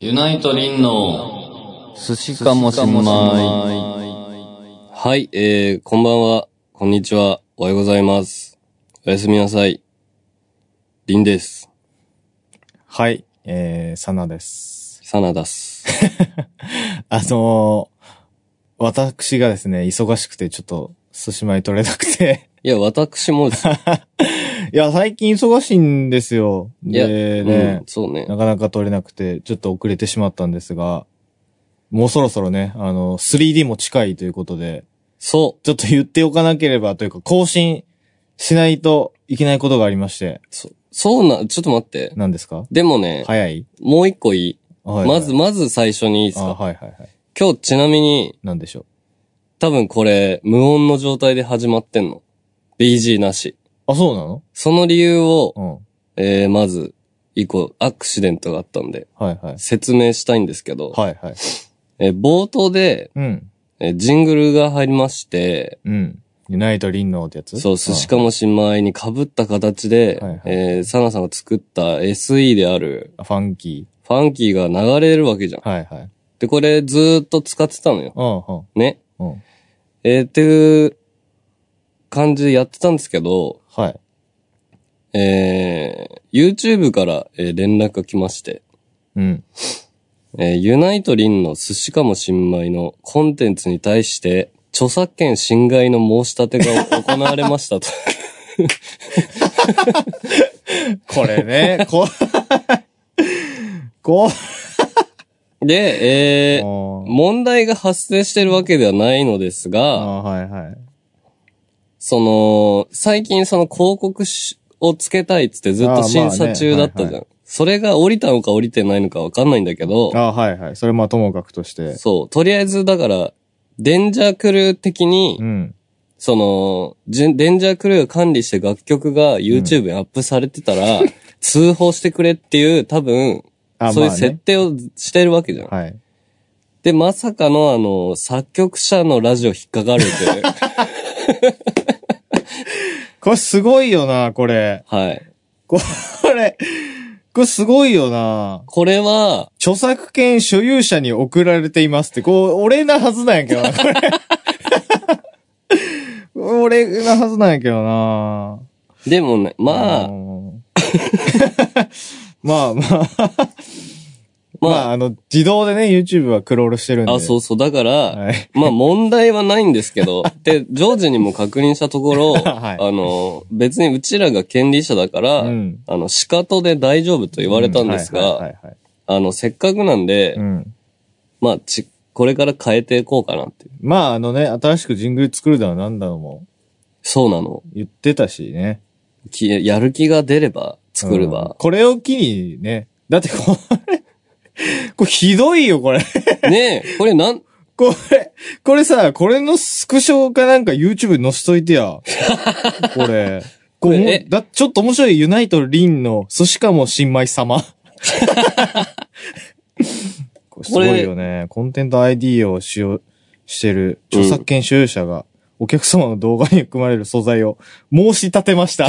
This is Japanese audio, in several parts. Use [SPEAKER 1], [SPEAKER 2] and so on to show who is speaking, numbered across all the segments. [SPEAKER 1] ユナイトリンの
[SPEAKER 2] 寿司
[SPEAKER 1] かもしんない
[SPEAKER 3] はい、えー、こんばんは、こんにちは、おはようございます。おやすみなさい。りんです。
[SPEAKER 2] はい、えー、サナです。
[SPEAKER 3] サナダス。
[SPEAKER 2] あのー、私がですね、忙しくてちょっと、寿司米取れなくて。
[SPEAKER 3] いや、私もです、
[SPEAKER 2] いや、最近忙しいんですよ。で、
[SPEAKER 3] うん
[SPEAKER 2] ね、、
[SPEAKER 3] そうね。
[SPEAKER 2] なかなか取れなくて、ちょっと遅れてしまったんですが、もうそろそろね、あの、3D も近いということで、
[SPEAKER 3] そ
[SPEAKER 2] ちょっと言っておかなければというか、更新しないといけないことがありまして、
[SPEAKER 3] う、そ、そうな、ちょっと待って。
[SPEAKER 2] 何ですか
[SPEAKER 3] でもね、
[SPEAKER 2] 早い
[SPEAKER 3] もう一個いい。
[SPEAKER 2] はい。
[SPEAKER 3] まず、まず最初にいいですか
[SPEAKER 2] あ、はいはいはい。
[SPEAKER 3] 今日ちなみに、
[SPEAKER 2] 何でしょう。
[SPEAKER 3] 多分これ、無音の状態で始まってんの。BG なし。
[SPEAKER 2] あ、そうなの
[SPEAKER 3] その理由を
[SPEAKER 2] う、ん。
[SPEAKER 3] えー、まず、一個、アクシデントがあったんで、
[SPEAKER 2] はいはい。
[SPEAKER 3] 説明したいんですけど、
[SPEAKER 2] はいはい。
[SPEAKER 3] えー冒頭で、
[SPEAKER 2] うん。
[SPEAKER 3] えージングルが入りまして、
[SPEAKER 2] うん。ユナイト・リンノーってやつ
[SPEAKER 3] そう、寿司かもしんまいに被った形で、
[SPEAKER 2] はいはい
[SPEAKER 3] えーサナさんが作った SE である、
[SPEAKER 2] あファンキ
[SPEAKER 3] ファンキーが流れるわけじゃん。
[SPEAKER 2] ー。はいはい。
[SPEAKER 3] で、これずーっと使ってたのよ。
[SPEAKER 2] うん
[SPEAKER 3] ね。
[SPEAKER 2] うん。うん。
[SPEAKER 3] えーっていう感じでやってたんですけど、
[SPEAKER 2] はい。
[SPEAKER 3] えー YouTube から、えー連絡が来まして、
[SPEAKER 2] うん。
[SPEAKER 3] えーユナイトリンの寿司かもしんまいのコンテンツに対して、著作権侵害の申し立てが行われました と。
[SPEAKER 2] これね、 こ、こ、
[SPEAKER 3] で、えー
[SPEAKER 2] も
[SPEAKER 3] 問題が発生してるわけではないのです
[SPEAKER 2] あ
[SPEAKER 3] が、
[SPEAKER 2] あ、はいはい。
[SPEAKER 3] その、最近その広告しをつけたいっつってずっ
[SPEAKER 2] あーまあ
[SPEAKER 3] と審
[SPEAKER 2] ね
[SPEAKER 3] 査中だったじゃん。
[SPEAKER 2] はいは
[SPEAKER 3] それが降りたのか降りてないのかわかんないんだけど、
[SPEAKER 2] ああ、はいはい。それまあともかくとして。
[SPEAKER 3] そう、とりあえずだから、デンジャークルー的に、
[SPEAKER 2] うん。
[SPEAKER 3] その、じゅデンジャークルーが管理して楽曲が YouTube にアップされてた ら、通報してくれっていう、多分、
[SPEAKER 2] あ
[SPEAKER 3] そういう
[SPEAKER 2] まあね
[SPEAKER 3] 設定をしてるわけじゃん。
[SPEAKER 2] はい。
[SPEAKER 3] で、まさかのあの、作曲者のラジオ引っかかるって いう。
[SPEAKER 2] これすごいよな、これ。
[SPEAKER 3] はい。
[SPEAKER 2] これ、これすごいよな。
[SPEAKER 3] これは、
[SPEAKER 2] 著作権所有者に送られていますって、こう、俺なはずなんやけどな、これ。 俺なはずなんやけどな。
[SPEAKER 3] でもね、ま
[SPEAKER 2] う
[SPEAKER 3] あ、
[SPEAKER 2] んまあま あ、
[SPEAKER 3] ま
[SPEAKER 2] まあ、あの、自動でね、YouTube はクロールしてるんで。
[SPEAKER 3] あ、そうそう。だから、
[SPEAKER 2] はい。
[SPEAKER 3] まあ問題はないんですけ ど、で、ジョージにも確認したところ、
[SPEAKER 2] はい
[SPEAKER 3] あの、別にうちらが権利者だから、
[SPEAKER 2] うん
[SPEAKER 3] あの、仕方で大丈夫と言われたんです
[SPEAKER 2] うんはい
[SPEAKER 3] が、
[SPEAKER 2] はいはいはい
[SPEAKER 3] あの、せっかくなんで、
[SPEAKER 2] うん
[SPEAKER 3] まあ、ち、これから変えていこうかなっていう。
[SPEAKER 2] まあ、あのね、新しくジングル作るだのなんだのも
[SPEAKER 3] そうなの。
[SPEAKER 2] 言ってたしね。
[SPEAKER 3] きやる気が出れば、作れ
[SPEAKER 2] うん
[SPEAKER 3] ば。
[SPEAKER 2] これを機にね、だってこれ、これひどいよ、これ。
[SPEAKER 3] ねえ、これなん、
[SPEAKER 2] これ、これさ、これのスクショかなんか YouTube に載せとい てや。これ。こ
[SPEAKER 3] こ
[SPEAKER 2] れ
[SPEAKER 3] れ
[SPEAKER 2] もだちょっと面白いユナイト・リンの、そしかも新 米様。これすごいよね。コンテンツ ID を使用してる著作権所有者が、お客様の動画に含まれる素材を申し立てま した。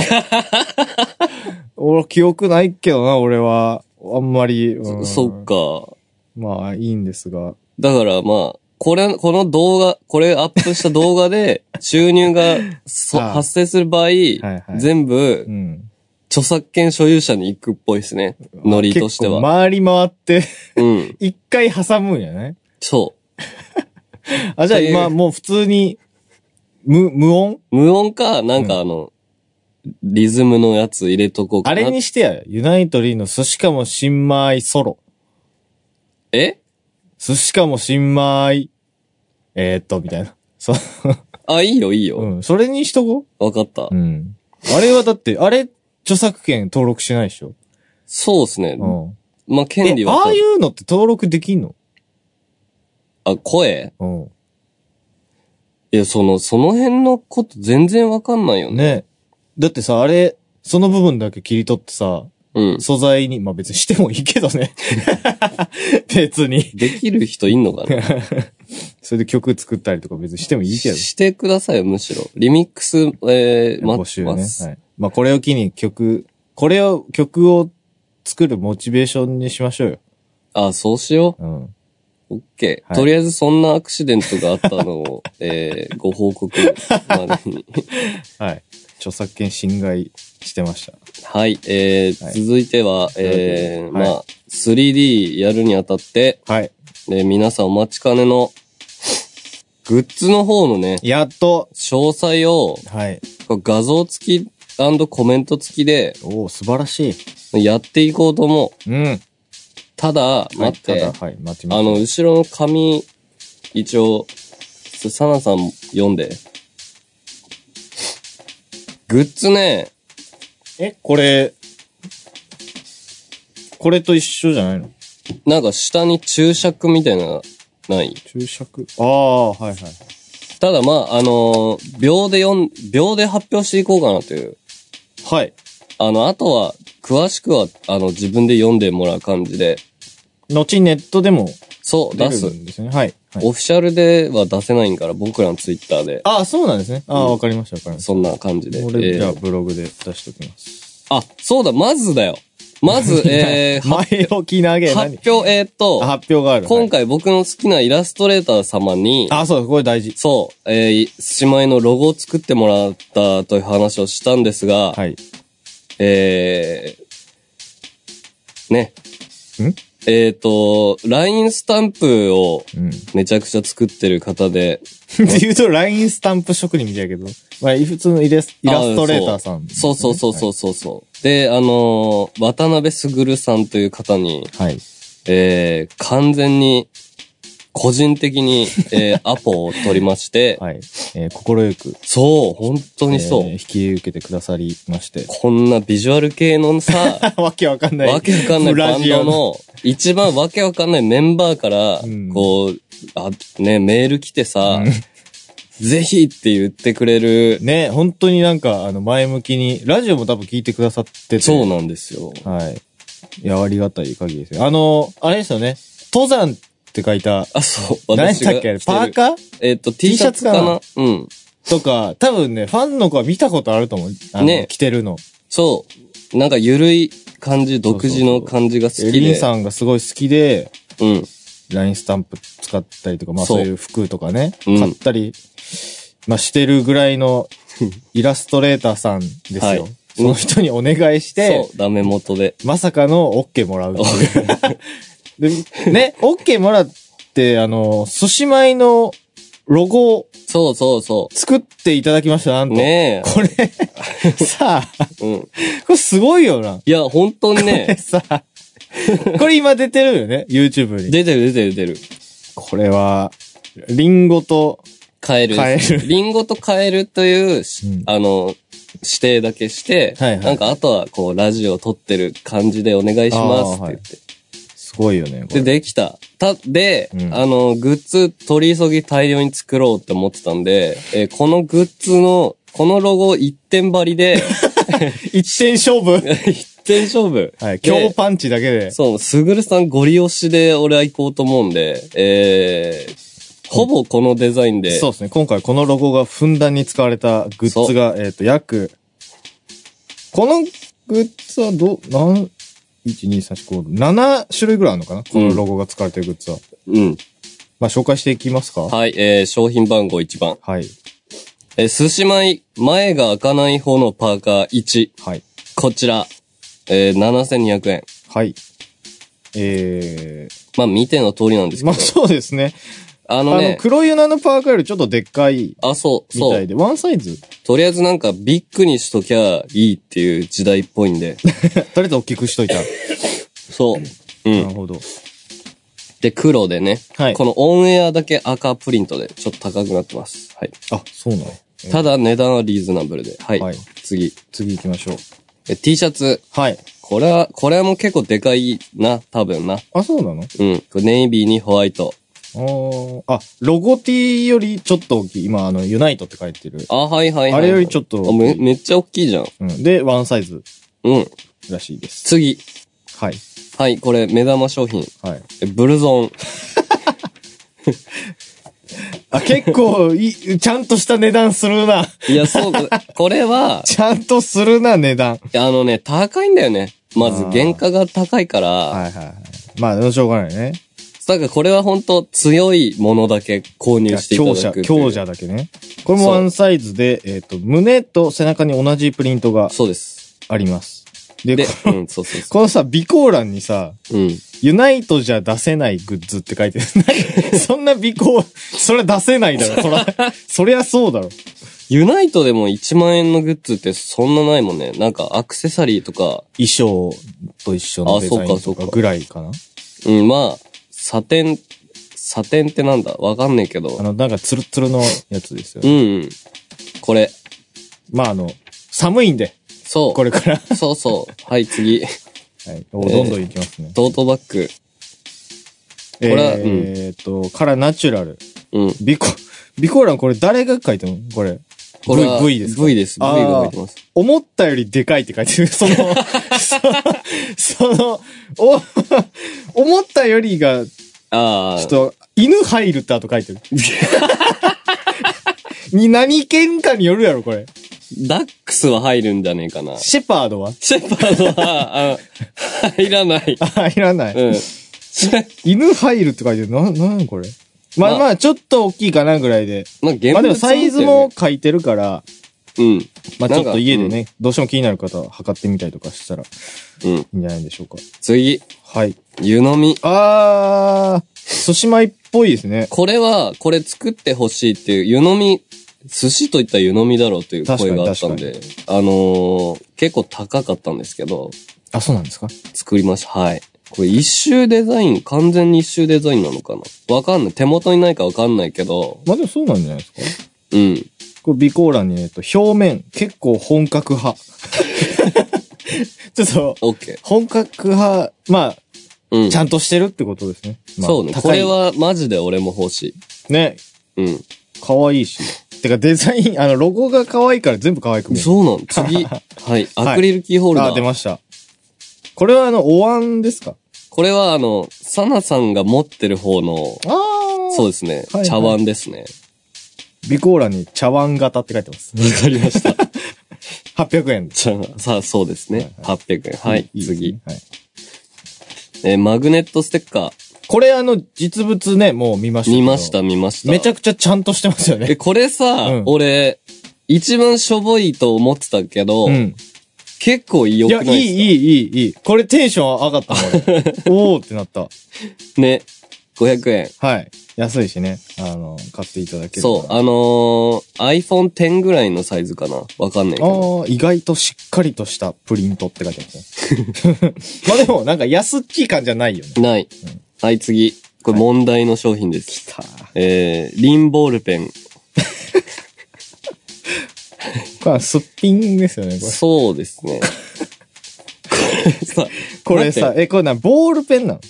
[SPEAKER 2] 俺、記憶ないけどな、俺は。あんまり。う
[SPEAKER 3] そ
[SPEAKER 2] ん
[SPEAKER 3] そっか。
[SPEAKER 2] まあ、いいんですが。
[SPEAKER 3] だからまあ、これ、この動画、これアップした動画で 収入がそ
[SPEAKER 2] ああ
[SPEAKER 3] 発生する場合、
[SPEAKER 2] はい
[SPEAKER 3] 全部
[SPEAKER 2] うん。
[SPEAKER 3] 著作権所有者に行くっぽいですね。ノリとして
[SPEAKER 2] 結
[SPEAKER 3] は。
[SPEAKER 2] 構回り回って、
[SPEAKER 3] うん。
[SPEAKER 2] 一回挟むんやね。
[SPEAKER 3] そ
[SPEAKER 2] あ、じゃあ
[SPEAKER 3] という
[SPEAKER 2] 今もう普通に、無、無音
[SPEAKER 3] う。無音か、なんかあの、リズムのやつ入れとこうか
[SPEAKER 2] あ
[SPEAKER 3] な。
[SPEAKER 2] れにしてや、ユナイトリーの寿司かも新米ソロ。
[SPEAKER 3] え
[SPEAKER 2] 寿司かも新米、えー、っと、みたいな。そ、
[SPEAKER 3] あ、いいよ、いいよ。
[SPEAKER 2] うん、それにしとこ
[SPEAKER 3] わかった
[SPEAKER 2] う。。うん。あれはだって、あれ、著作権登録しないでしょ
[SPEAKER 3] そうですね。
[SPEAKER 2] うん。
[SPEAKER 3] まあ、権利
[SPEAKER 2] え、
[SPEAKER 3] は。
[SPEAKER 2] ああいうのって登録できんの
[SPEAKER 3] あ、声
[SPEAKER 2] う
[SPEAKER 3] いや、その、その辺のこと全然わかんないよ
[SPEAKER 2] ん。
[SPEAKER 3] ね。
[SPEAKER 2] ね。だってさ、あれ、その部分だけ切り取ってさ、
[SPEAKER 3] うん。
[SPEAKER 2] 素材に、まあ別にしてもいいけどね。 別に。
[SPEAKER 3] できる人いんのか な
[SPEAKER 2] それで曲作ったりとか別にしてもいいけど。
[SPEAKER 3] してくださいよ、むしろ。リミックス、えー、待
[SPEAKER 2] 募
[SPEAKER 3] って
[SPEAKER 2] 集
[SPEAKER 3] ま
[SPEAKER 2] ね。
[SPEAKER 3] す。
[SPEAKER 2] はい。まあこれを機に曲、これを、曲を作るモチベーションにしましょうよ。
[SPEAKER 3] あ、そうしよ
[SPEAKER 2] うん。
[SPEAKER 3] う。オッケー。
[SPEAKER 2] はい
[SPEAKER 3] とりあえずそんなアクシデントがあったのを、 えー、ご報告まで に。
[SPEAKER 2] はい。著作権侵害してました。
[SPEAKER 3] はい、えー
[SPEAKER 2] はい
[SPEAKER 3] 続いては、えー
[SPEAKER 2] はい
[SPEAKER 3] まあ、3D やるにあたって、
[SPEAKER 2] はい。
[SPEAKER 3] えー皆さんお待ちかねの、グッズの方のね、
[SPEAKER 2] やっと
[SPEAKER 3] 詳細を、
[SPEAKER 2] はい。
[SPEAKER 3] 画像付きコメント付きで、
[SPEAKER 2] おお、素晴らしい。
[SPEAKER 3] やっていこうと思う。
[SPEAKER 2] うん。
[SPEAKER 3] ただ、待って、
[SPEAKER 2] はい、ただ、はい、待ちま
[SPEAKER 3] あの、後ろの紙、一応、サナさん読んで。グッズね、
[SPEAKER 2] す。え、これ、これと一緒じゃないの
[SPEAKER 3] なんか下に注釈みたいな、ない
[SPEAKER 2] 注釈ああ、はいはい。
[SPEAKER 3] ただまあ、あのー秒で読ん、秒で発表していこうかなという。
[SPEAKER 2] はい。
[SPEAKER 3] あの、あとは、詳しくは、あの、自分で読んでもらう感じで。
[SPEAKER 2] 後ネットでも
[SPEAKER 3] そう、
[SPEAKER 2] 出
[SPEAKER 3] 出す
[SPEAKER 2] る。んですね。はい。はい、
[SPEAKER 3] オフィシャルでは出せないんから、僕らのツイッターで。
[SPEAKER 2] ああ、そうなんですね。ああ、わかりました、わかりまし
[SPEAKER 3] そんな感じで。
[SPEAKER 2] た。俺、
[SPEAKER 3] えー
[SPEAKER 2] じゃあブログで出しときます。
[SPEAKER 3] あ、そうだ、まずだよ。ま ず、えー、は
[SPEAKER 2] 前置き投げ何
[SPEAKER 3] 発表、えーっと、
[SPEAKER 2] あ発表がある。
[SPEAKER 3] 今
[SPEAKER 2] はい
[SPEAKER 3] 回僕の好きなイラストレーター様に、
[SPEAKER 2] あ、そうだ、これ大事。
[SPEAKER 3] そう、えー、しまいのロゴを作ってもらったという話をしたんですが、
[SPEAKER 2] はい。
[SPEAKER 3] えー、ね。
[SPEAKER 2] ん
[SPEAKER 3] えっ、と、LINE スタンプを
[SPEAKER 2] うん。っ
[SPEAKER 3] めちゃくちゃ作ってる方で、
[SPEAKER 2] て言うと、ラインスタンプ職人みたいやけど。まあ、普通のイラスイラストレーターさん、。
[SPEAKER 3] そうそうそうそううそうそう。で、あのー渡辺卓さんという方に、
[SPEAKER 2] はい。
[SPEAKER 3] えー、完全に、個人的に、 えー、アポを取りまして、
[SPEAKER 2] はい。えー、心よく、
[SPEAKER 3] そう、本当にそう。
[SPEAKER 2] えー引き受けてくださりまして。
[SPEAKER 3] こんなビジュアル系のさ、
[SPEAKER 2] わけわか んない。
[SPEAKER 3] わけわかんないバ
[SPEAKER 2] ラ
[SPEAKER 3] ン
[SPEAKER 2] ジオ
[SPEAKER 3] ドの、一番わけわかんないメンバーから
[SPEAKER 2] うん、
[SPEAKER 3] こう、あ、ね、メール来てさ、ぜひって言ってくれる、
[SPEAKER 2] ね、本当になんか、あの、前向きに、ラジオも多分聞いてくださってて。
[SPEAKER 3] そうなんですよ。
[SPEAKER 2] はい。いや、ありがたい限りですよ。あの、あれですよね。登山って書いた、
[SPEAKER 3] あ、そう、
[SPEAKER 2] 何したっけパーカー
[SPEAKER 3] ーえっと、T
[SPEAKER 2] T
[SPEAKER 3] シ
[SPEAKER 2] シ
[SPEAKER 3] ャ
[SPEAKER 2] ャ
[SPEAKER 3] ツ
[SPEAKER 2] ツ
[SPEAKER 3] か
[SPEAKER 2] か
[SPEAKER 3] な
[SPEAKER 2] な
[SPEAKER 3] うん。
[SPEAKER 2] とか、多分ね、ファンの子は見たことあると思う。あの
[SPEAKER 3] ね
[SPEAKER 2] 着てるの。
[SPEAKER 3] そう。なんか、ゆるい感じ、独自の感じが好
[SPEAKER 2] エ
[SPEAKER 3] き
[SPEAKER 2] リン
[SPEAKER 3] で。
[SPEAKER 2] さんがすごい好きで、
[SPEAKER 3] うん。
[SPEAKER 2] ラインスタンプ使ったりとか、まあ
[SPEAKER 3] そう
[SPEAKER 2] そういう服とかね、
[SPEAKER 3] うん
[SPEAKER 2] 買ったり、まあしてるぐらいのイラストレーターさんですよ。
[SPEAKER 3] はい
[SPEAKER 2] その人にお願いして
[SPEAKER 3] そ、う、ダメ元で。
[SPEAKER 2] まさかの OK もらうっていう。 で、ね、OK もらって、あの、寿司米のロゴを
[SPEAKER 3] そうそうそ
[SPEAKER 2] 作っていただきました、なん
[SPEAKER 3] う。
[SPEAKER 2] と。
[SPEAKER 3] ね
[SPEAKER 2] こ れ、さあ、
[SPEAKER 3] え。うん。
[SPEAKER 2] これすごいよな。
[SPEAKER 3] いや、本当に ね、
[SPEAKER 2] さあ、これ今出てるよね、YouTube に。
[SPEAKER 3] 出てる出てる出る。
[SPEAKER 2] これは、リンゴと、
[SPEAKER 3] カエルです。
[SPEAKER 2] カエ
[SPEAKER 3] リンゴとカエルというし、
[SPEAKER 2] うん
[SPEAKER 3] あの、指定だけして、
[SPEAKER 2] はいはい
[SPEAKER 3] なんかあとはこう、ラジオを撮ってる感じでお願いしますって言って。
[SPEAKER 2] すごいよね。これ
[SPEAKER 3] で、できた。た、で、
[SPEAKER 2] うん
[SPEAKER 3] あの、グッズ取り急ぎ大量に作ろうって思ってたんで、えーこのグッズの、このロゴを一点張りで、
[SPEAKER 2] 一点勝負。
[SPEAKER 3] 一点勝負。
[SPEAKER 2] は
[SPEAKER 3] で
[SPEAKER 2] い。強パンチだけ で。
[SPEAKER 3] そう、すぐるさんゴリ押しで俺は行こうと思うんで、えー、ほぼこのデザインで、
[SPEAKER 2] そうですね。今回このロゴがふんだんに使われたグッズが、えっ、と、約、このグッズはど、なん、1、2、3、4、5、7種類ぐらいあるのかなこのロゴが使われてるグッズは。
[SPEAKER 3] うん。
[SPEAKER 2] まあ、紹介していきますかはい。
[SPEAKER 3] はい、えー、商品番号1番。
[SPEAKER 2] はい。
[SPEAKER 3] えー、寿司米、前が開かない方のパーカー1。
[SPEAKER 2] はい。
[SPEAKER 3] こちら。えー、7200円。
[SPEAKER 2] えー、
[SPEAKER 3] まあ、見ての通りなんですけ
[SPEAKER 2] まあ、
[SPEAKER 3] ど。
[SPEAKER 2] そうですね。
[SPEAKER 3] あ
[SPEAKER 2] あ
[SPEAKER 3] の
[SPEAKER 2] の、
[SPEAKER 3] ね、
[SPEAKER 2] 黒ユナのパーカーよりちょっとでっかい
[SPEAKER 3] あそう、
[SPEAKER 2] み
[SPEAKER 3] そ
[SPEAKER 2] た
[SPEAKER 3] う
[SPEAKER 2] い。で、ワンサイズ と
[SPEAKER 3] とりあえずなんかビッグにしときゃいいっていう時代っぽいん で。
[SPEAKER 2] りあえず大きくしといた。
[SPEAKER 3] そう。う。
[SPEAKER 2] なんるほど。
[SPEAKER 3] で、黒でね。
[SPEAKER 2] はい
[SPEAKER 3] このオンエアだけ赤プリントで、ちょっと高くなってます。はい。
[SPEAKER 2] あ、そうなの
[SPEAKER 3] ただ、値段はリーズナブルで。はい。
[SPEAKER 2] はい
[SPEAKER 3] 次。
[SPEAKER 2] 次行きましょう。
[SPEAKER 3] え、T シャツ。
[SPEAKER 2] はい。
[SPEAKER 3] これは、これも結構でかいな、多分な。
[SPEAKER 2] あ、そうなの
[SPEAKER 3] うん。これネイビーにホワイト。
[SPEAKER 2] あーあ、ロゴ T よりちょっと大きい。今、あの、ユナイトって書いてる。
[SPEAKER 3] あ、はいはいはい、はい。
[SPEAKER 2] あれよりちょっと
[SPEAKER 3] あめ、めっちゃ大きいじゃん。
[SPEAKER 2] うん。で、ワンサイズ
[SPEAKER 3] うん。
[SPEAKER 2] らしいです。
[SPEAKER 3] 次。
[SPEAKER 2] はい。
[SPEAKER 3] はい、これ、目玉商品。
[SPEAKER 2] はい。
[SPEAKER 3] えブルゾン。
[SPEAKER 2] あ、結構、い、ちゃんとした値段するな。
[SPEAKER 3] いや、そう、これは、
[SPEAKER 2] ちゃんとするな、値段。
[SPEAKER 3] あのね、高いんだよね。まず、
[SPEAKER 2] あー
[SPEAKER 3] 原価が高いから、
[SPEAKER 2] はいはいはい。まあ、しょうがないね。
[SPEAKER 3] だからこれは本当強いものだけ購入していた
[SPEAKER 2] 強
[SPEAKER 3] だ
[SPEAKER 2] 者、
[SPEAKER 3] く。
[SPEAKER 2] 強者。だけね。これもワンサイズで、えっ、と、胸と背中に同じプリントが
[SPEAKER 3] そうです。
[SPEAKER 2] あります。で、
[SPEAKER 3] で
[SPEAKER 2] こ、
[SPEAKER 3] うん、そうそうそ
[SPEAKER 2] このさ、備考欄にさ、
[SPEAKER 3] う。うん。
[SPEAKER 2] ユナイトじゃ出せないグッズって書い てる。何そんな備考、それ出せないだろ。そら、そりゃそうだろ。
[SPEAKER 3] ユナイトでも1万円のグッズってそんなないもんね。なんかアクセサリーとか、
[SPEAKER 2] 衣装と一緒のデザイン
[SPEAKER 3] あそ
[SPEAKER 2] と
[SPEAKER 3] うか
[SPEAKER 2] か
[SPEAKER 3] そうか
[SPEAKER 2] ぐらいかな。
[SPEAKER 3] うん、まあ、サテン、サテンってなんだわかんないけど
[SPEAKER 2] あ。の、なんかツルツルのやつですよ
[SPEAKER 3] う
[SPEAKER 2] ね。
[SPEAKER 3] ん、うん。これ。
[SPEAKER 2] まあ、あの、寒いんで、
[SPEAKER 3] そう。
[SPEAKER 2] こ れから。
[SPEAKER 3] そうそう。はい、 次。
[SPEAKER 2] はい。おどんどんいきますね。
[SPEAKER 3] トートバッグ。
[SPEAKER 2] え
[SPEAKER 3] ーこれはうん
[SPEAKER 2] えーっと、からナチュラル。
[SPEAKER 3] うん。
[SPEAKER 2] ビコ、ビコーランこれ誰が書いたのこれ。
[SPEAKER 3] これは
[SPEAKER 2] V, v ですか
[SPEAKER 3] V です。V
[SPEAKER 2] あー
[SPEAKER 3] が書いてます。
[SPEAKER 2] 思ったよりでかいって書いてる。そ の、その、そのお、 思ったよりが、ち
[SPEAKER 3] ああ。
[SPEAKER 2] ょっと、犬入るって後書いてる。 に何犬かによるやろ、これ。
[SPEAKER 3] ダックスは入るんじゃねえかな。
[SPEAKER 2] シェパードは
[SPEAKER 3] シェパードは、あ入らない。
[SPEAKER 2] あ、いらない。
[SPEAKER 3] うん。
[SPEAKER 2] 犬入るって書いてる。な、なにこれ。まあ
[SPEAKER 3] まあ
[SPEAKER 2] まあ、ちょっと大きいかなぐらいで。
[SPEAKER 3] まあ、現物
[SPEAKER 2] まあでもサイズも書いてるから、
[SPEAKER 3] 持って
[SPEAKER 2] まあ
[SPEAKER 3] な
[SPEAKER 2] ち
[SPEAKER 3] ん
[SPEAKER 2] ょ
[SPEAKER 3] か
[SPEAKER 2] っと家でね、どうしても気になる方は測ってみたりとかしたらい
[SPEAKER 3] るよね。うん。うん。
[SPEAKER 2] いんじゃないでしょうか。
[SPEAKER 3] 次、
[SPEAKER 2] はい。
[SPEAKER 3] 湯飲み。
[SPEAKER 2] あー、寿司米っぽいですね。
[SPEAKER 3] これは、これ作ってほしいっていう、湯飲み、寿司といったら湯飲みだろうという
[SPEAKER 2] 確か
[SPEAKER 3] 声
[SPEAKER 2] に
[SPEAKER 3] があったんで、あのー結構高かったんですけど、
[SPEAKER 2] あ、そうなんですか
[SPEAKER 3] 作りました。はい。これ一周デザイン、完全に一周デザインなのかなわかんない。手元にないかわかんないけど、
[SPEAKER 2] まあでもそうなんじゃないですか
[SPEAKER 3] うん。
[SPEAKER 2] これ備考欄に、えっと、表面、結構本格 派。ちょっと、
[SPEAKER 3] オッケー。
[SPEAKER 2] 本格派、ま
[SPEAKER 3] う
[SPEAKER 2] あ、
[SPEAKER 3] ん
[SPEAKER 2] ち。ゃんとしてるってことですね。まあ
[SPEAKER 3] そうね。
[SPEAKER 2] 高
[SPEAKER 3] こ
[SPEAKER 2] い
[SPEAKER 3] れはマジで俺も欲し
[SPEAKER 2] ね、
[SPEAKER 3] い。う
[SPEAKER 2] 可愛いし。てかデザイン、あの、ロゴが可愛いから全部可愛く
[SPEAKER 3] ん。
[SPEAKER 2] 見える。
[SPEAKER 3] そうなん。次。 はい。アクリルキーホルダー。
[SPEAKER 2] あ、出ました。これはあの、お椀ですか
[SPEAKER 3] これはあの、サナさんが持ってる方の、
[SPEAKER 2] ああ
[SPEAKER 3] そうですね。
[SPEAKER 2] はいはい
[SPEAKER 3] 茶碗ですね。
[SPEAKER 2] 備考欄に茶碗型って書いてます。
[SPEAKER 3] わかりました。
[SPEAKER 2] 800円です。
[SPEAKER 3] 茶碗。さあ、そうですね。800円。はい。
[SPEAKER 2] いいです
[SPEAKER 3] 次
[SPEAKER 2] ね。。はい
[SPEAKER 3] えーマグネットステッカー。
[SPEAKER 2] これあの、実物ね、もう見ましたけど。
[SPEAKER 3] 見ました、見ました。
[SPEAKER 2] めちゃくちゃちゃんとしてますよ
[SPEAKER 3] え、
[SPEAKER 2] ね。
[SPEAKER 3] これさ、
[SPEAKER 2] うん
[SPEAKER 3] 俺、一番しょぼいと思ってたけど、
[SPEAKER 2] うん。
[SPEAKER 3] 結構良
[SPEAKER 2] い
[SPEAKER 3] く
[SPEAKER 2] や、
[SPEAKER 3] ないい
[SPEAKER 2] い、い
[SPEAKER 3] ですか
[SPEAKER 2] い、いい、いい。これテンション上がっ たもん俺。おーってなった。
[SPEAKER 3] ね。500円。
[SPEAKER 2] はい。安いしね。あの、買っていただける
[SPEAKER 3] そう、
[SPEAKER 2] あ
[SPEAKER 3] あのー、iPhone X ぐらいのサイズかなわかんないけ
[SPEAKER 2] あ
[SPEAKER 3] ど。
[SPEAKER 2] ー、意外としっかりとしたプリントって書いてま すね。まあでも、なんか安っちい感じゃないよね。
[SPEAKER 3] ない。はい、次。これ問題の商品です。えー、リンボールペン。
[SPEAKER 2] これはすっぴんですよね、これ。
[SPEAKER 3] そうです ね。これさ、
[SPEAKER 2] これさ
[SPEAKER 3] 待、っ
[SPEAKER 2] え、これな、ボールペンなの
[SPEAKER 3] て、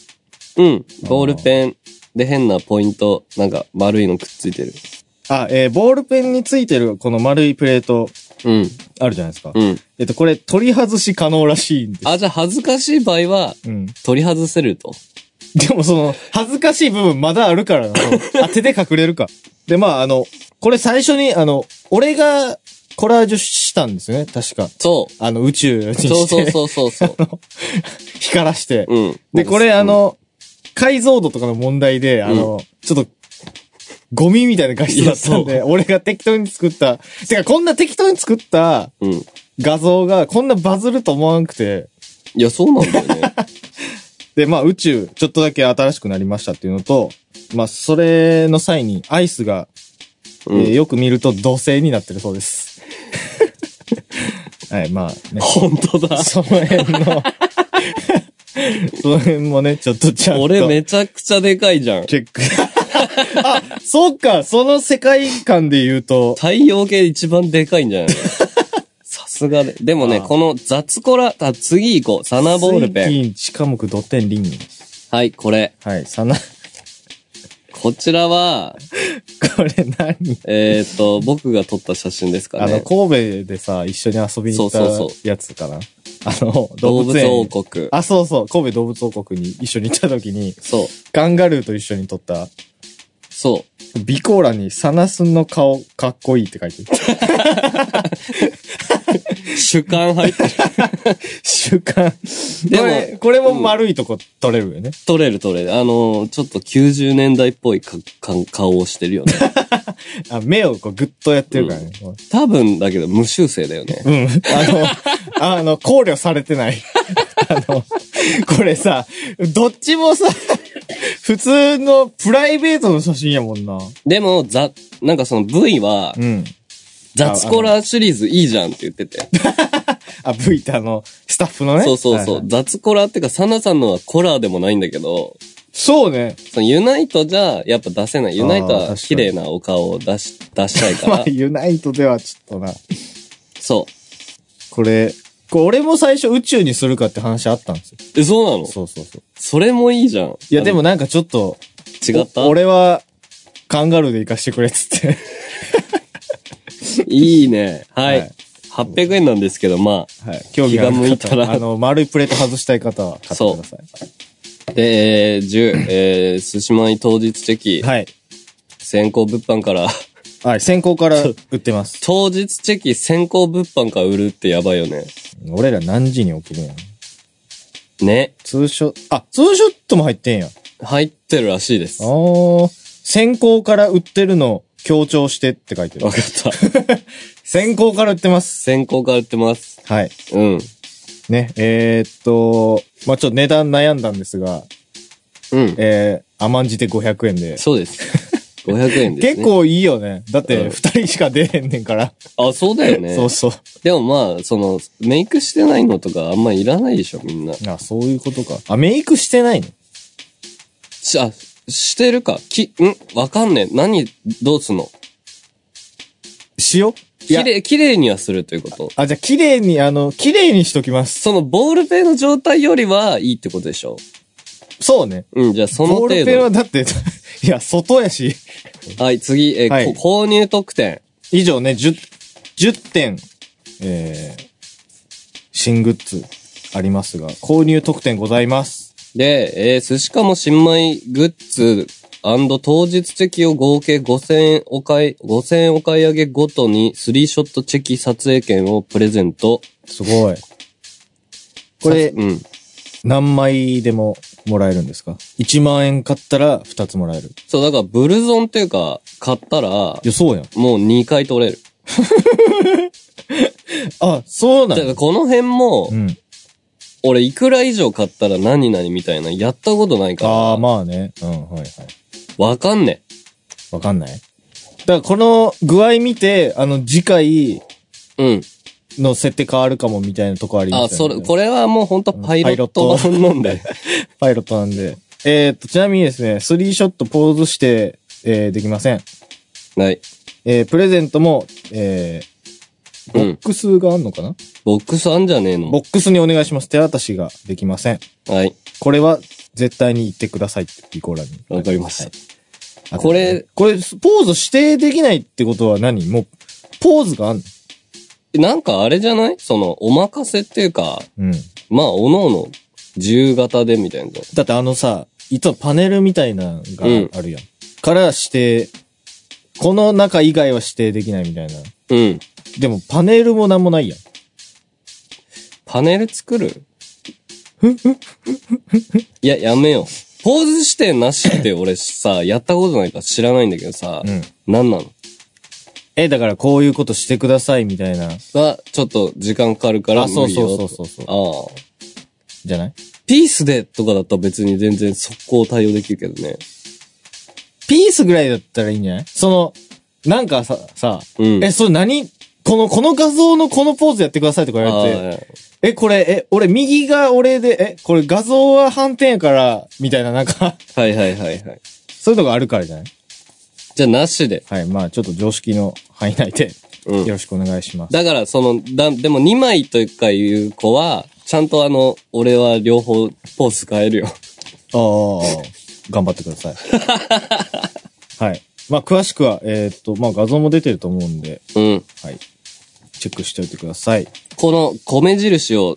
[SPEAKER 3] うん、ボールペンで変なポイント、なんか丸いのくっついてる。
[SPEAKER 2] あ、えーボールペンについてるこの丸いプレート
[SPEAKER 3] うん、
[SPEAKER 2] あるじゃないですか。
[SPEAKER 3] うん。
[SPEAKER 2] えっと、これ取り外し可能らしいんです。
[SPEAKER 3] あ、じゃあ恥ずかしい場合は、
[SPEAKER 2] うん。
[SPEAKER 3] 取り外せると。
[SPEAKER 2] でもその、恥ずかしい部分まだあるからな。 あ、手で隠れるか。で、まあ、あの、これ最初に、あの、俺がコラージュしたんですよね、確か。
[SPEAKER 3] そ
[SPEAKER 2] あの、宇宙に
[SPEAKER 3] う。そう
[SPEAKER 2] し
[SPEAKER 3] そう
[SPEAKER 2] て、
[SPEAKER 3] そうそうそう。
[SPEAKER 2] 光らして。
[SPEAKER 3] うん。
[SPEAKER 2] で、これあ、の、解像度とかの問題で、あの、ちょっと、ゴミみたいな画質だったん
[SPEAKER 3] い
[SPEAKER 2] で、俺が適当に作った。てか、こんな適当に作った
[SPEAKER 3] うん。い
[SPEAKER 2] 画像が、こんなバズると思わなくて、
[SPEAKER 3] や、そうなんだよね。
[SPEAKER 2] で、まあ宇宙、ちょっとだけ新しくなりましたっていうのと、まあそれの際にアイスが、
[SPEAKER 3] うん
[SPEAKER 2] えーよく見ると土星になってるそうです。 はい、まあ ね。
[SPEAKER 3] 本当 だ。
[SPEAKER 2] その辺の、その辺もね、ちょっとちゃんと。
[SPEAKER 3] 俺めちゃくちゃでかいじゃん。
[SPEAKER 2] チェック。 あ、そっか、その世界観で言うと、
[SPEAKER 3] 太陽系で一番でかいんじゃない のさすがで。でもね、
[SPEAKER 2] ああ
[SPEAKER 3] この雑コラ、あ、次行こう。サナボールペン。
[SPEAKER 2] ン。地下木土天リン。
[SPEAKER 3] はい、これ。
[SPEAKER 2] はい、さな、
[SPEAKER 3] こちらは、
[SPEAKER 2] これ何
[SPEAKER 3] えっ、と、僕が撮った写真ですか
[SPEAKER 2] あの、
[SPEAKER 3] ね。
[SPEAKER 2] 神戸でさ、一緒に遊びに行った
[SPEAKER 3] そうそうそ
[SPEAKER 2] やつかな。あの、
[SPEAKER 3] 動
[SPEAKER 2] 動物
[SPEAKER 3] 物
[SPEAKER 2] 園。
[SPEAKER 3] 王国。
[SPEAKER 2] あ、そうそう、神戸動物王国に一緒に行った時に、
[SPEAKER 3] そう。
[SPEAKER 2] ガンガルーと一緒に撮った
[SPEAKER 3] そ
[SPEAKER 2] ビコーラにサナスンの顔かっこいいって書いてる。
[SPEAKER 3] う。主観入ってる。
[SPEAKER 2] 習慣。
[SPEAKER 3] でも
[SPEAKER 2] これ、これも丸いとこ取れるよね。
[SPEAKER 3] 取れる取れる。あの、ちょっと90年代っぽいかか顔をしてる よね。
[SPEAKER 2] あ、目をこうグッとやってるからね。
[SPEAKER 3] 多分だけど無修正だよね。
[SPEAKER 2] うん。あの、あの、考慮されてない。 あの、これさ、どっちもさ、 普通のプライベートの写真やもんな。
[SPEAKER 3] でも、ざ、なんかその V は、
[SPEAKER 2] うん。
[SPEAKER 3] 雑コラシリーズいいじゃんって言ってて。
[SPEAKER 2] あ、V ってあの、スタッフのね。
[SPEAKER 3] そうそうそう。
[SPEAKER 2] はいはい
[SPEAKER 3] 雑コラってか、サナさんのはコラでもないんだけど、
[SPEAKER 2] そうね。
[SPEAKER 3] そのユナイトじゃ、やっぱ出せない。ユナイト
[SPEAKER 2] あー確か
[SPEAKER 3] は
[SPEAKER 2] に
[SPEAKER 3] 綺麗なお顔を出し、出したいか
[SPEAKER 2] ま
[SPEAKER 3] ら
[SPEAKER 2] あ、。ユナイトではちょっとな。
[SPEAKER 3] そ
[SPEAKER 2] これ、これ俺も最初宇宙にするかって話あったんですよ。
[SPEAKER 3] う。え、そうなの
[SPEAKER 2] そうそうそう。
[SPEAKER 3] それもいいじゃん。
[SPEAKER 2] い
[SPEAKER 3] あ
[SPEAKER 2] や、
[SPEAKER 3] の
[SPEAKER 2] でも、なんかちょっと、
[SPEAKER 3] 違った
[SPEAKER 2] お俺は、カンガルーで行かしてくれっつって。
[SPEAKER 3] いいね。はい。
[SPEAKER 2] はい
[SPEAKER 3] 800円なんですけど、ま
[SPEAKER 2] はい。 興味がある
[SPEAKER 3] 気が向いた
[SPEAKER 2] 方
[SPEAKER 3] ら
[SPEAKER 2] は、あの、丸いプレート外したい方は買ってください。
[SPEAKER 3] あ。で、えー、10、えー、寿司米当日チェキ、
[SPEAKER 2] はい。
[SPEAKER 3] 先行物販から、
[SPEAKER 2] はい、先行から売ってます。
[SPEAKER 3] 当日チェキ先行物販から売るってやばいよね。
[SPEAKER 2] 俺ら何時に起きるんやろ
[SPEAKER 3] ね。
[SPEAKER 2] ツーショット、あ、ツーショットも入ってんや。あ
[SPEAKER 3] 入ってるらしいです。わ
[SPEAKER 2] ー、先行から売ってるの強調してって書いてる。
[SPEAKER 3] かった。
[SPEAKER 2] 先行から売ってます。
[SPEAKER 3] 先行から売ってます。
[SPEAKER 2] はい。
[SPEAKER 3] うん。
[SPEAKER 2] ね、えー、っと、まあ、ちょっと値段悩んだんですが、
[SPEAKER 3] うん。
[SPEAKER 2] えー、甘んじて500円で。
[SPEAKER 3] そうです。500円です、ね。
[SPEAKER 2] 結。構いいよね。だっ
[SPEAKER 3] う
[SPEAKER 2] て、
[SPEAKER 3] ん
[SPEAKER 2] 二人しか出へんねんから。
[SPEAKER 3] あ、そうだよね。
[SPEAKER 2] そうそう。
[SPEAKER 3] でもまあ、その、メイクしてないのとかあんまいらないでしょ、みんな。
[SPEAKER 2] あ、そういうことか。あ、メイクしてないの
[SPEAKER 3] し、あ、してるか。き、んわかんねえ。何、どうすんの
[SPEAKER 2] 塩い
[SPEAKER 3] 綺
[SPEAKER 2] や、
[SPEAKER 3] 麗、綺麗にはするということ。
[SPEAKER 2] あ、じゃあ、綺麗に、あの、綺麗にしときます。
[SPEAKER 3] その、ボールペンの状態よりはいいってことでしょ
[SPEAKER 2] そうね。
[SPEAKER 3] うん、じゃあその
[SPEAKER 2] ボー
[SPEAKER 3] 程
[SPEAKER 2] ルペンは
[SPEAKER 3] 度。
[SPEAKER 2] だって、 いや、外やし。
[SPEAKER 3] はい、次、えー
[SPEAKER 2] はい
[SPEAKER 3] こ購入特典。
[SPEAKER 2] 以上ね、10、10点、えー、新グッズありますが、購入特典ございます。
[SPEAKER 3] で、えー、寿司かも新米グッズ当日チェキを合計5000円お買い、5000円お買い上げごとに3ショットチェキ撮影券をプレゼント。
[SPEAKER 2] すごい。これ、
[SPEAKER 3] うん。
[SPEAKER 2] 何枚でももらえるんですか ?1 万円買ったら2つもらえる。
[SPEAKER 3] そう、だからブルゾンっていうか、買ったら、も
[SPEAKER 2] いや、そうやん。
[SPEAKER 3] う2回取れる。
[SPEAKER 2] あ、そうな
[SPEAKER 3] だか
[SPEAKER 2] ん
[SPEAKER 3] ら
[SPEAKER 2] だ。
[SPEAKER 3] この辺も、
[SPEAKER 2] うん。
[SPEAKER 3] 俺いくら以上買ったら何々みたいな、やったことないから、
[SPEAKER 2] ああ、まあね。うん、はいはい。
[SPEAKER 3] わかんね
[SPEAKER 2] わかんないだからこの具合見て、あの、次回
[SPEAKER 3] え。うん。
[SPEAKER 2] の設定変わるかもみたいなとこあり
[SPEAKER 3] あ、
[SPEAKER 2] ます
[SPEAKER 3] そ
[SPEAKER 2] よね。
[SPEAKER 3] れ、これはもうほんとパイロット
[SPEAKER 2] パ
[SPEAKER 3] 版なん だよ。
[SPEAKER 2] パイロットなんで。えー、っと、ちなみにですね、スリーショットポーズして、えー、できません。
[SPEAKER 3] はい。
[SPEAKER 2] えー、プレゼントも、えー、ボ
[SPEAKER 3] うん
[SPEAKER 2] ックスがあんのかな、
[SPEAKER 3] ボックスあんじゃねえの
[SPEAKER 2] ボックスにお願いします。手渡しができません。
[SPEAKER 3] はい。
[SPEAKER 2] これは絶対に言ってくださいって、リコーラに。
[SPEAKER 3] わかりました
[SPEAKER 2] はいあと
[SPEAKER 3] これ、
[SPEAKER 2] これ、ポーズ指定できないってことは何もう、ポーズがあんの
[SPEAKER 3] なんかあれじゃないその、お任せっていうか、
[SPEAKER 2] うん。
[SPEAKER 3] まあ、おのおの、自由型でみたいな。
[SPEAKER 2] だってあのさ、いつもパネルみたいなのがあるやん。から指定、この中以外は指定できないみたいな。
[SPEAKER 3] うん。
[SPEAKER 2] でもパネルもなんもないやん。
[SPEAKER 3] パネル作るいや、やめよう。ポーズ指定なしって俺さ、やったことないから知らないんだけどさ、
[SPEAKER 2] うん
[SPEAKER 3] なんなの
[SPEAKER 2] え、だからこういうことしてくださいみたいな、
[SPEAKER 3] が、ちょっと時間かかるから
[SPEAKER 2] あ
[SPEAKER 3] 無理よ。
[SPEAKER 2] そうそうそうそう
[SPEAKER 3] ああ。
[SPEAKER 2] じゃない
[SPEAKER 3] ピースでとかだったら別に全然速攻対応できるけどね。
[SPEAKER 2] ピースぐらいだったらいいんじゃないその、なんかさ、さ、
[SPEAKER 3] うん
[SPEAKER 2] え、それ何この、この画像のこのポーズやってくださいとか言われて、
[SPEAKER 3] ああ
[SPEAKER 2] え、これ、え、俺右が俺で、え、これ画像は反転やから、みたいななんか、
[SPEAKER 3] はいはいはいはい。
[SPEAKER 2] そういうのがあるからじゃない
[SPEAKER 3] じゃあなしで。
[SPEAKER 2] はい、まあちょっと常識の範囲内で、
[SPEAKER 3] うん
[SPEAKER 2] よろしくお願いします。
[SPEAKER 3] だから、その、だ、でも2枚というかいう子は、ちゃんとあの、俺は両方ポーズ変えるよ。
[SPEAKER 2] ああ、頑張ってください。 はい。まあ詳しくは、えーっと、まあ画像も出てると思うんで、
[SPEAKER 3] うん。
[SPEAKER 2] はい。チェックしておいてください。
[SPEAKER 3] この米印を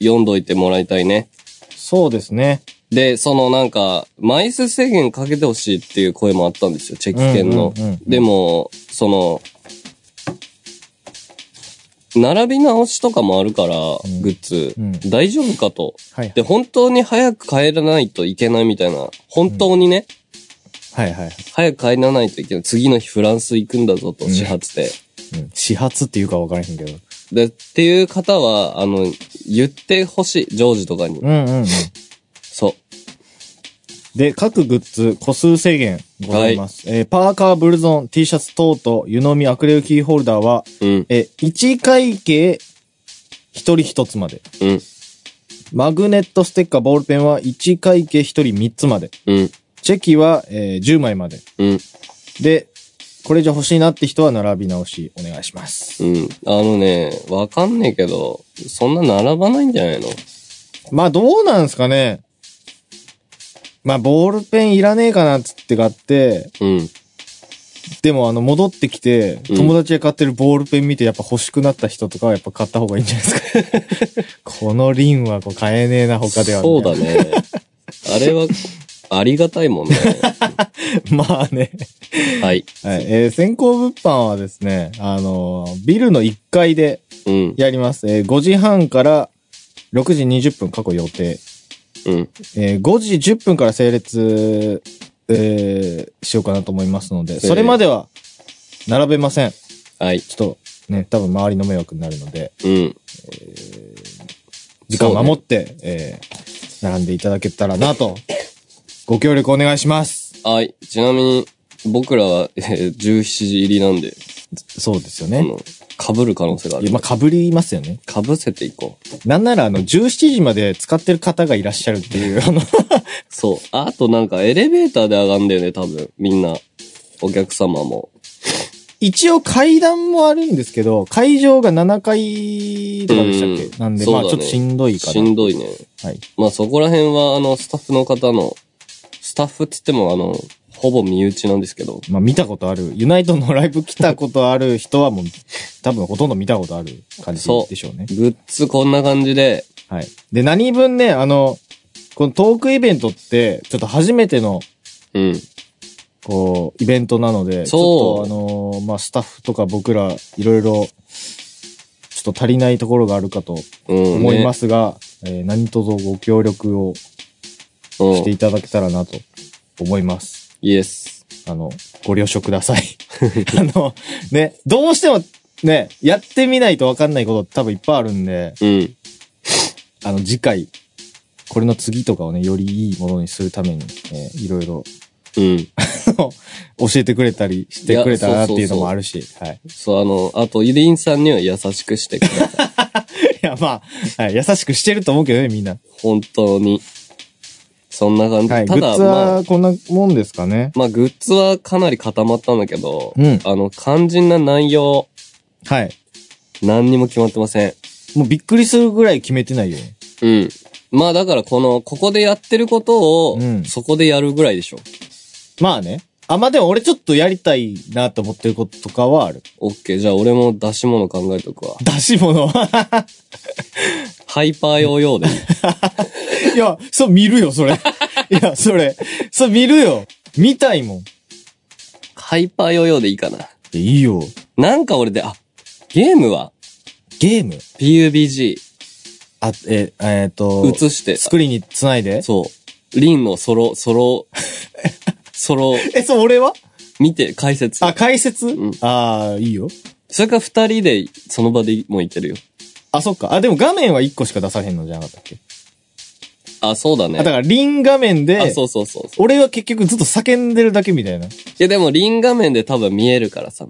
[SPEAKER 3] 読んどいてもらいたいね。
[SPEAKER 2] そうですね。
[SPEAKER 3] で、そのなんか、枚数制限かけてほしいっていう声もあったんですよ、チェキ券の。
[SPEAKER 2] うんうんうん
[SPEAKER 3] でも、その、並び直しとかもあるから、
[SPEAKER 2] ん
[SPEAKER 3] グッズ、
[SPEAKER 2] うん
[SPEAKER 3] 大丈夫かと。
[SPEAKER 2] はい
[SPEAKER 3] で、本当に早く帰らないといけないみたいな、本当にね、
[SPEAKER 2] はいはい。
[SPEAKER 3] 早く帰らないといけない。次の日フランス行くんだぞと、
[SPEAKER 2] うん
[SPEAKER 3] 始発で。
[SPEAKER 2] うん始発っていうか分からへんけど。
[SPEAKER 3] で、っていう方は、あの、言ってほしい、ジョージとかに。
[SPEAKER 2] うんうんうん。
[SPEAKER 3] そう。
[SPEAKER 2] で、各グッズ、個数制限ございます。えーパーカー、ブルゾン、T シャツ等々、湯飲み、アクリルキーホルダーは、
[SPEAKER 3] うん、
[SPEAKER 2] えー、1会計、1人1つまで。
[SPEAKER 3] うん、
[SPEAKER 2] マグネットステッカー、ボールペンは1会計1人3つまで。
[SPEAKER 3] うん、
[SPEAKER 2] チェキは、えー10枚まで。
[SPEAKER 3] うん。
[SPEAKER 2] で、これじゃ欲しいなって人は並び直しお願いします。
[SPEAKER 3] うん。あのね、わかんねえけど、そんな並ばないんじゃないの
[SPEAKER 2] まあどうなんすかね。まあボールペンいらねえかなっつって買って、
[SPEAKER 3] うん。
[SPEAKER 2] でもあの戻ってきて、
[SPEAKER 3] うん
[SPEAKER 2] 友達が買ってるボールペン見てやっぱ欲しくなった人とかはやっぱ買った方がいいんじゃないですか。このリンはこう買えねえな他では、
[SPEAKER 3] そうだ。 ね。あれは、ありがたいもんね。
[SPEAKER 2] まあね。
[SPEAKER 3] はい。
[SPEAKER 2] はい。えー先行物販はですね、あのービルの1階で
[SPEAKER 3] うん、
[SPEAKER 2] やります。えー5時半から6時20分過去予定。
[SPEAKER 3] うん、
[SPEAKER 2] えー5時10分から整列、えーしようかなと思いますので、それまでは並べません。ち
[SPEAKER 3] はい。
[SPEAKER 2] ょっとね、多分周りの迷惑になるので、
[SPEAKER 3] うん。
[SPEAKER 2] 時間
[SPEAKER 3] そう
[SPEAKER 2] を
[SPEAKER 3] ね
[SPEAKER 2] 守って、えー並んでいただけたらなと、ご協力お願いします。
[SPEAKER 3] はい。ちなみに、僕らは、えー17時入りなんで、
[SPEAKER 2] そうですよ
[SPEAKER 3] あ
[SPEAKER 2] ね。
[SPEAKER 3] の、被る可能性がある。
[SPEAKER 2] まあ、被りますよね。
[SPEAKER 3] 被せていこう。
[SPEAKER 2] なんなら、あの、17時まで使ってる方がいらっしゃるって いう、あの、
[SPEAKER 3] そう。あとなんかエレベーターで上がんだよね、多分。みんな。お客様も。
[SPEAKER 2] 一応階段もあるんですけど、会場が7階とかでしたっけ
[SPEAKER 3] うん
[SPEAKER 2] なんで、
[SPEAKER 3] そう
[SPEAKER 2] ま
[SPEAKER 3] だ
[SPEAKER 2] あ、
[SPEAKER 3] ね
[SPEAKER 2] ちょっとしんどいか
[SPEAKER 3] し
[SPEAKER 2] な。
[SPEAKER 3] んどいね。
[SPEAKER 2] はい。
[SPEAKER 3] まあそこら辺は、あの、スタッフの方の、スタッフって言っても、あの、ほぼ身内なんですけど、
[SPEAKER 2] まあ見たことある。ユナイトのライブ来たことある人はもう、 多分ほとんど見たことある感じでしょうね。
[SPEAKER 3] グッズこんな感じで、
[SPEAKER 2] はい。で、何分ね、あの、このトークイベントって、ちょっと初めての、
[SPEAKER 3] うん、
[SPEAKER 2] こう、イベントなので、
[SPEAKER 3] そう
[SPEAKER 2] ちょっとあのーまあ、スタッフとか僕ら、いろいろ、ちょっと足りないところがあるかと
[SPEAKER 3] うん、。
[SPEAKER 2] 思いますすが、えー何卒ご協力を
[SPEAKER 3] う
[SPEAKER 2] して
[SPEAKER 3] ん、
[SPEAKER 2] いただけたらなと思います。
[SPEAKER 3] イエス。
[SPEAKER 2] あの、ご了承くだ さい。あの、ね、どうしても、ね、やってみないとわかんないことって多分いっぱいあるんで、
[SPEAKER 3] うん、
[SPEAKER 2] あの、次回、これの次とかをね、よりいいものにするために、えーいろいろ、
[SPEAKER 3] うん。
[SPEAKER 2] 教えてくれたりしてくれたらなっていうのもあるし、はい。
[SPEAKER 3] そう、あの、あと、イリンさんには優しく してください。
[SPEAKER 2] いや、まあ、はい優しくしてると思うけどね、みんな。
[SPEAKER 3] 本当に。そんな感じ。
[SPEAKER 2] はい。グ
[SPEAKER 3] た
[SPEAKER 2] ッ
[SPEAKER 3] だ、
[SPEAKER 2] ズ
[SPEAKER 3] まあ、
[SPEAKER 2] はこんなもんですかね。
[SPEAKER 3] まあ、グッズはかなり固まったんだけど、
[SPEAKER 2] うん
[SPEAKER 3] あの、肝心な内容、
[SPEAKER 2] はい。
[SPEAKER 3] 何にも決まってません。
[SPEAKER 2] もうびっくりするぐらい決めてないよね。
[SPEAKER 3] うん。まあだからこの、ここでやってることを、
[SPEAKER 2] うん
[SPEAKER 3] そこでやるぐらいでしょ。
[SPEAKER 2] まあね。あ、まあでも俺ちょっとやりたいなと思ってることとかはある。
[SPEAKER 3] オッケー、じゃあ俺も出し物考えとくわ。
[SPEAKER 2] 出し物は。
[SPEAKER 3] ハイパー用用でいい。
[SPEAKER 2] いや、そう見るよ、それ。い や、それ。そう見るよ。見たいもん。い
[SPEAKER 3] ハイパー用用でいいかな。
[SPEAKER 2] やいいよ。
[SPEAKER 3] なんか俺で、あ、ゲームは
[SPEAKER 2] ゲーム
[SPEAKER 3] ?PUBG
[SPEAKER 2] あ、え、えっ、と、
[SPEAKER 3] 映して。
[SPEAKER 2] スクリーンにつないで。
[SPEAKER 3] そう。リンのソロ、ソ ロ、ソロ、
[SPEAKER 2] え、そう、俺は
[SPEAKER 3] 見て解説。
[SPEAKER 2] あ、解説、
[SPEAKER 3] ん
[SPEAKER 2] ああ、いいよ。
[SPEAKER 3] それから二人で、その場でもういけるよ。
[SPEAKER 2] あ、そっか。あ、でも画面は1個しか出さへんのじゃなかったっけ、
[SPEAKER 3] あ、そうだね。
[SPEAKER 2] あ、だから、リン画面
[SPEAKER 3] あ、
[SPEAKER 2] で、
[SPEAKER 3] そうそうそうそう。
[SPEAKER 2] 俺は結局ずっと叫んでるだけみたいな。
[SPEAKER 3] いやでもリン画面で多分見えるからさ。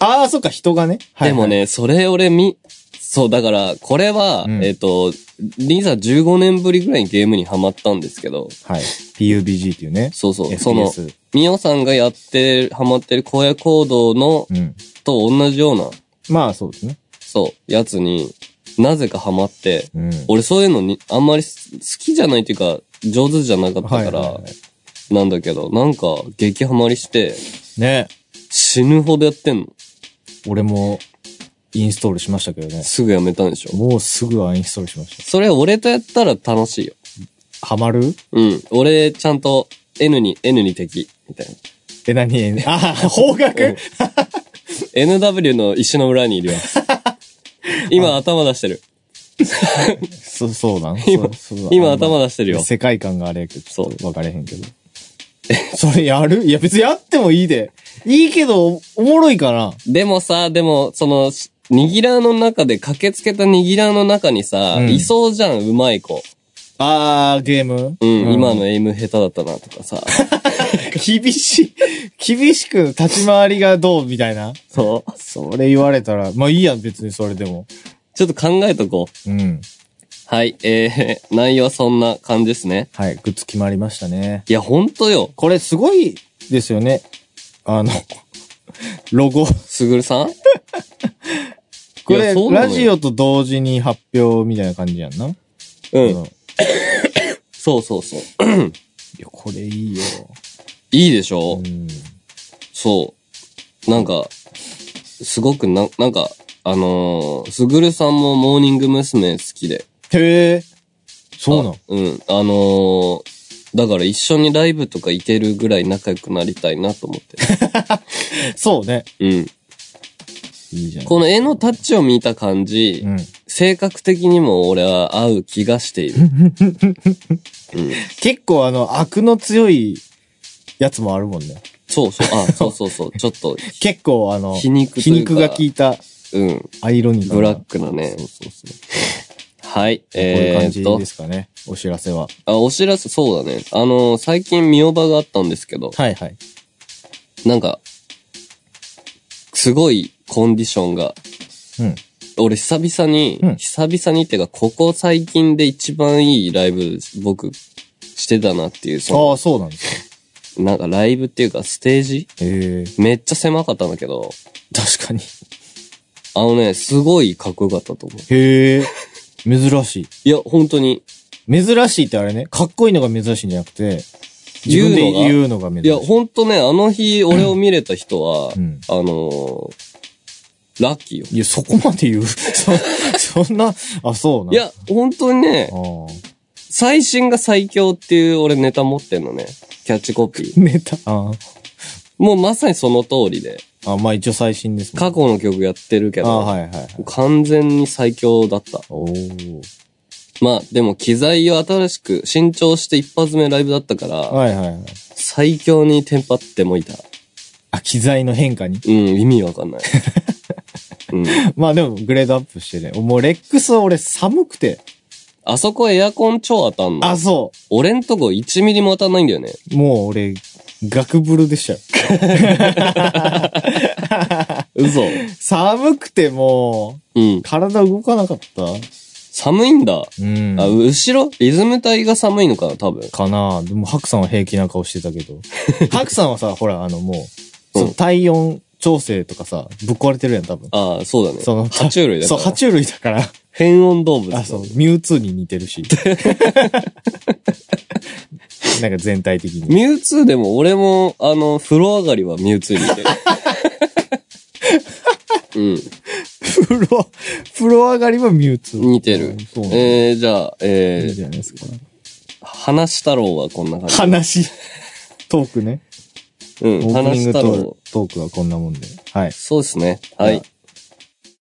[SPEAKER 2] ああ、そっか、人がね。はい
[SPEAKER 3] でも。ね、それ俺み、そう、だから、これは、
[SPEAKER 2] うん
[SPEAKER 3] えっ、と、リンさん15年ぶりぐらいにゲームにハマったんですけど、
[SPEAKER 2] はい。PUBG っていうね。
[SPEAKER 3] そうそう、
[SPEAKER 2] FPS
[SPEAKER 3] その、ミオさんがやってる、ハマってる荒野行動の、
[SPEAKER 2] うん。
[SPEAKER 3] と同じような、
[SPEAKER 2] まあ、そうですね。
[SPEAKER 3] そう、やつに、なぜかハマって、
[SPEAKER 2] うん。
[SPEAKER 3] 俺そういうのに、あんまりす好きじゃないっていうか、上手じゃなかった
[SPEAKER 2] はい
[SPEAKER 3] か
[SPEAKER 2] はい
[SPEAKER 3] ら、
[SPEAKER 2] は
[SPEAKER 3] なんだけど、なんか、激ハマりして、
[SPEAKER 2] い。ね。
[SPEAKER 3] 死ぬほどやってんの。
[SPEAKER 2] 俺も、インストールしましたけどね。
[SPEAKER 3] すぐやめたんでしょ。
[SPEAKER 2] もうすぐアインストールしまし
[SPEAKER 3] それ俺とやったら楽しいよ。
[SPEAKER 2] ハマる
[SPEAKER 3] うん。俺、ちゃんと N に、N に敵、みたいな。
[SPEAKER 2] え、何えあ、方角
[SPEAKER 3] NW の石の裏にいるわ。 今頭出してる。
[SPEAKER 2] そ、そうなん
[SPEAKER 3] 今
[SPEAKER 2] そうそう
[SPEAKER 3] 今
[SPEAKER 2] あんま
[SPEAKER 3] 頭出してるよ。
[SPEAKER 2] 世界観があれやけど、
[SPEAKER 3] そう
[SPEAKER 2] 分かれへんけど。それやるいや、別にやってもいいで。いいけど、おもろいかな。
[SPEAKER 3] でもさ、でも、その、しニギラーの中で、駆けつけたニギラーの中にさ、
[SPEAKER 2] うん
[SPEAKER 3] いそうじゃん、うまい子。
[SPEAKER 2] あー、ゲーム
[SPEAKER 3] うん、今のエイム下手だったな、とかさ。
[SPEAKER 2] 厳しい、厳しく立ち回りがどうみたいな。
[SPEAKER 3] そう。
[SPEAKER 2] それ言われたら、まあいいやん、別にそれでも。
[SPEAKER 3] ちょっと考えとこう。
[SPEAKER 2] うん。
[SPEAKER 3] はい、えー、 内容はそんな感じですね。
[SPEAKER 2] はい、グッズ決まりましたね。
[SPEAKER 3] いや、ほんとよ。
[SPEAKER 2] これすごいですよね。あの、 ロゴ。
[SPEAKER 3] すぐるさん
[SPEAKER 2] これ、
[SPEAKER 3] そうなの
[SPEAKER 2] ラ
[SPEAKER 3] よ
[SPEAKER 2] ジオと同時に発表みたいな感じやんな。
[SPEAKER 3] う
[SPEAKER 2] うん
[SPEAKER 3] ん。そうそうそう。
[SPEAKER 2] いや、これいいよ。
[SPEAKER 3] いいでしょ、
[SPEAKER 2] うん。
[SPEAKER 3] そう。なんか、すごくな、なんか、あのー、すぐるさんもモーニング娘。好きで。
[SPEAKER 2] へえ。そうなの
[SPEAKER 3] あうん。あのー、だから一緒にライブとか行けるぐらい仲良くなりたいなと思って。
[SPEAKER 2] そうね。
[SPEAKER 3] うん。
[SPEAKER 2] いいじゃん。
[SPEAKER 3] この絵のタッチを見た感じ、
[SPEAKER 2] うん。
[SPEAKER 3] 性格的にも俺は合う気がしている。うん。
[SPEAKER 2] 結構あの、悪の強いやつもあるもんね。
[SPEAKER 3] そうそう、あ、そうそうそう、ちょっと、
[SPEAKER 2] 結構あの、
[SPEAKER 3] 皮肉というか
[SPEAKER 2] 皮肉が効いた
[SPEAKER 3] うん、
[SPEAKER 2] アイロニー
[SPEAKER 3] ブラックなね
[SPEAKER 2] そう。そうそう。
[SPEAKER 3] はい、
[SPEAKER 2] こういう
[SPEAKER 3] え
[SPEAKER 2] 感
[SPEAKER 3] ー
[SPEAKER 2] じ
[SPEAKER 3] っと
[SPEAKER 2] で、すかね。お知らせは。
[SPEAKER 3] あ、お知らせ、そうだね。あの、最近見覚えがあったんですけど、
[SPEAKER 2] はいはい。
[SPEAKER 3] なんか、すごいコンディションが、
[SPEAKER 2] うん。
[SPEAKER 3] 俺久々に、
[SPEAKER 2] うん
[SPEAKER 3] 久々にってか、ここ最近で一番いいライブ、僕、してたなっていう、
[SPEAKER 2] あ
[SPEAKER 3] そ
[SPEAKER 2] あ、そうなんですか。
[SPEAKER 3] の、なんかライブっていうか、ステージ
[SPEAKER 2] へえ。
[SPEAKER 3] めっちゃ狭かったんだけど、
[SPEAKER 2] 確かに。
[SPEAKER 3] あのね、すごいかっこよかったと思う。
[SPEAKER 2] へえ。珍しい。
[SPEAKER 3] いや、本当に。
[SPEAKER 2] 珍しいってあれね、かっこいいのが珍しいんじゃなくて、自
[SPEAKER 3] 言う
[SPEAKER 2] 分
[SPEAKER 3] のが
[SPEAKER 2] で言うのが珍し
[SPEAKER 3] い
[SPEAKER 2] い。
[SPEAKER 3] や、ほんとね、あの日、俺を見れた人は、
[SPEAKER 2] うん
[SPEAKER 3] あのーラッキーよ。
[SPEAKER 2] いや、そこまで言う。 そ、そんな、あ、そうな。
[SPEAKER 3] い、や、本当にね
[SPEAKER 2] あ、あ。
[SPEAKER 3] 最新が最強っていう俺ネタ持ってんのね。キャッチコピー。
[SPEAKER 2] ネタ。あ
[SPEAKER 3] もうまさにその通りで。
[SPEAKER 2] あ。あ、まあ一応最新ですね。
[SPEAKER 3] 過去の曲やってるけ
[SPEAKER 2] ああ、
[SPEAKER 3] ど、
[SPEAKER 2] はいはいはい。
[SPEAKER 3] 完全に最強だった。
[SPEAKER 2] おー。
[SPEAKER 3] まあ、でも機材を新しく新調して一発目ライブだったから、
[SPEAKER 2] はいはいはい。
[SPEAKER 3] 最強にテンパってもいた。
[SPEAKER 2] あ、機材の変化に。
[SPEAKER 3] うん、意味わかん ない。うん。
[SPEAKER 2] まあでも、グレードアップしてね。もう、レックスは俺寒くて。
[SPEAKER 3] あそこエアコン超当たんの。
[SPEAKER 2] あ、そ
[SPEAKER 3] 俺んとこ1ミリも当たんないんだよね。
[SPEAKER 2] う。もう俺、ガクブルでしたよ。
[SPEAKER 3] 嘘。
[SPEAKER 2] 寒くても
[SPEAKER 3] うん
[SPEAKER 2] う、。体動かなかった。
[SPEAKER 3] 寒いんだ。
[SPEAKER 2] うん。
[SPEAKER 3] あ、後ろリズム体が寒いのかな、多分。
[SPEAKER 2] かなでも、ハクさんは平気な顔してたけど。 ハクさんはさ、ほら、あの、もう、その体温調整とかさ、ぶっ壊れてるやん、多分。
[SPEAKER 3] ああ、そうだね。
[SPEAKER 2] その、
[SPEAKER 3] 爬虫類だか
[SPEAKER 2] そう、
[SPEAKER 3] ら。
[SPEAKER 2] 爬虫類だから。
[SPEAKER 3] 変温動物。
[SPEAKER 2] あ、そう、ミュウツーに似てる し。なんか全体的に。
[SPEAKER 3] ミュウツーでも俺も、あの、風呂上がりはミュウツーに似て る。
[SPEAKER 2] 風呂、風呂上がりはミュウツ
[SPEAKER 3] うん。
[SPEAKER 2] ー。
[SPEAKER 3] 似てる。
[SPEAKER 2] そうなんだ
[SPEAKER 3] えー、じゃあ、
[SPEAKER 2] いい
[SPEAKER 3] え
[SPEAKER 2] じゃないですか。
[SPEAKER 3] ー、話太郎はこんな感じ。
[SPEAKER 2] 話、トークね。
[SPEAKER 3] う
[SPEAKER 2] オ
[SPEAKER 3] ん、
[SPEAKER 2] ープニ
[SPEAKER 3] 話
[SPEAKER 2] ング
[SPEAKER 3] 太
[SPEAKER 2] トー
[SPEAKER 3] 郎。
[SPEAKER 2] クトークはこんなもんで。はい。
[SPEAKER 3] そうですね。はい
[SPEAKER 2] じ。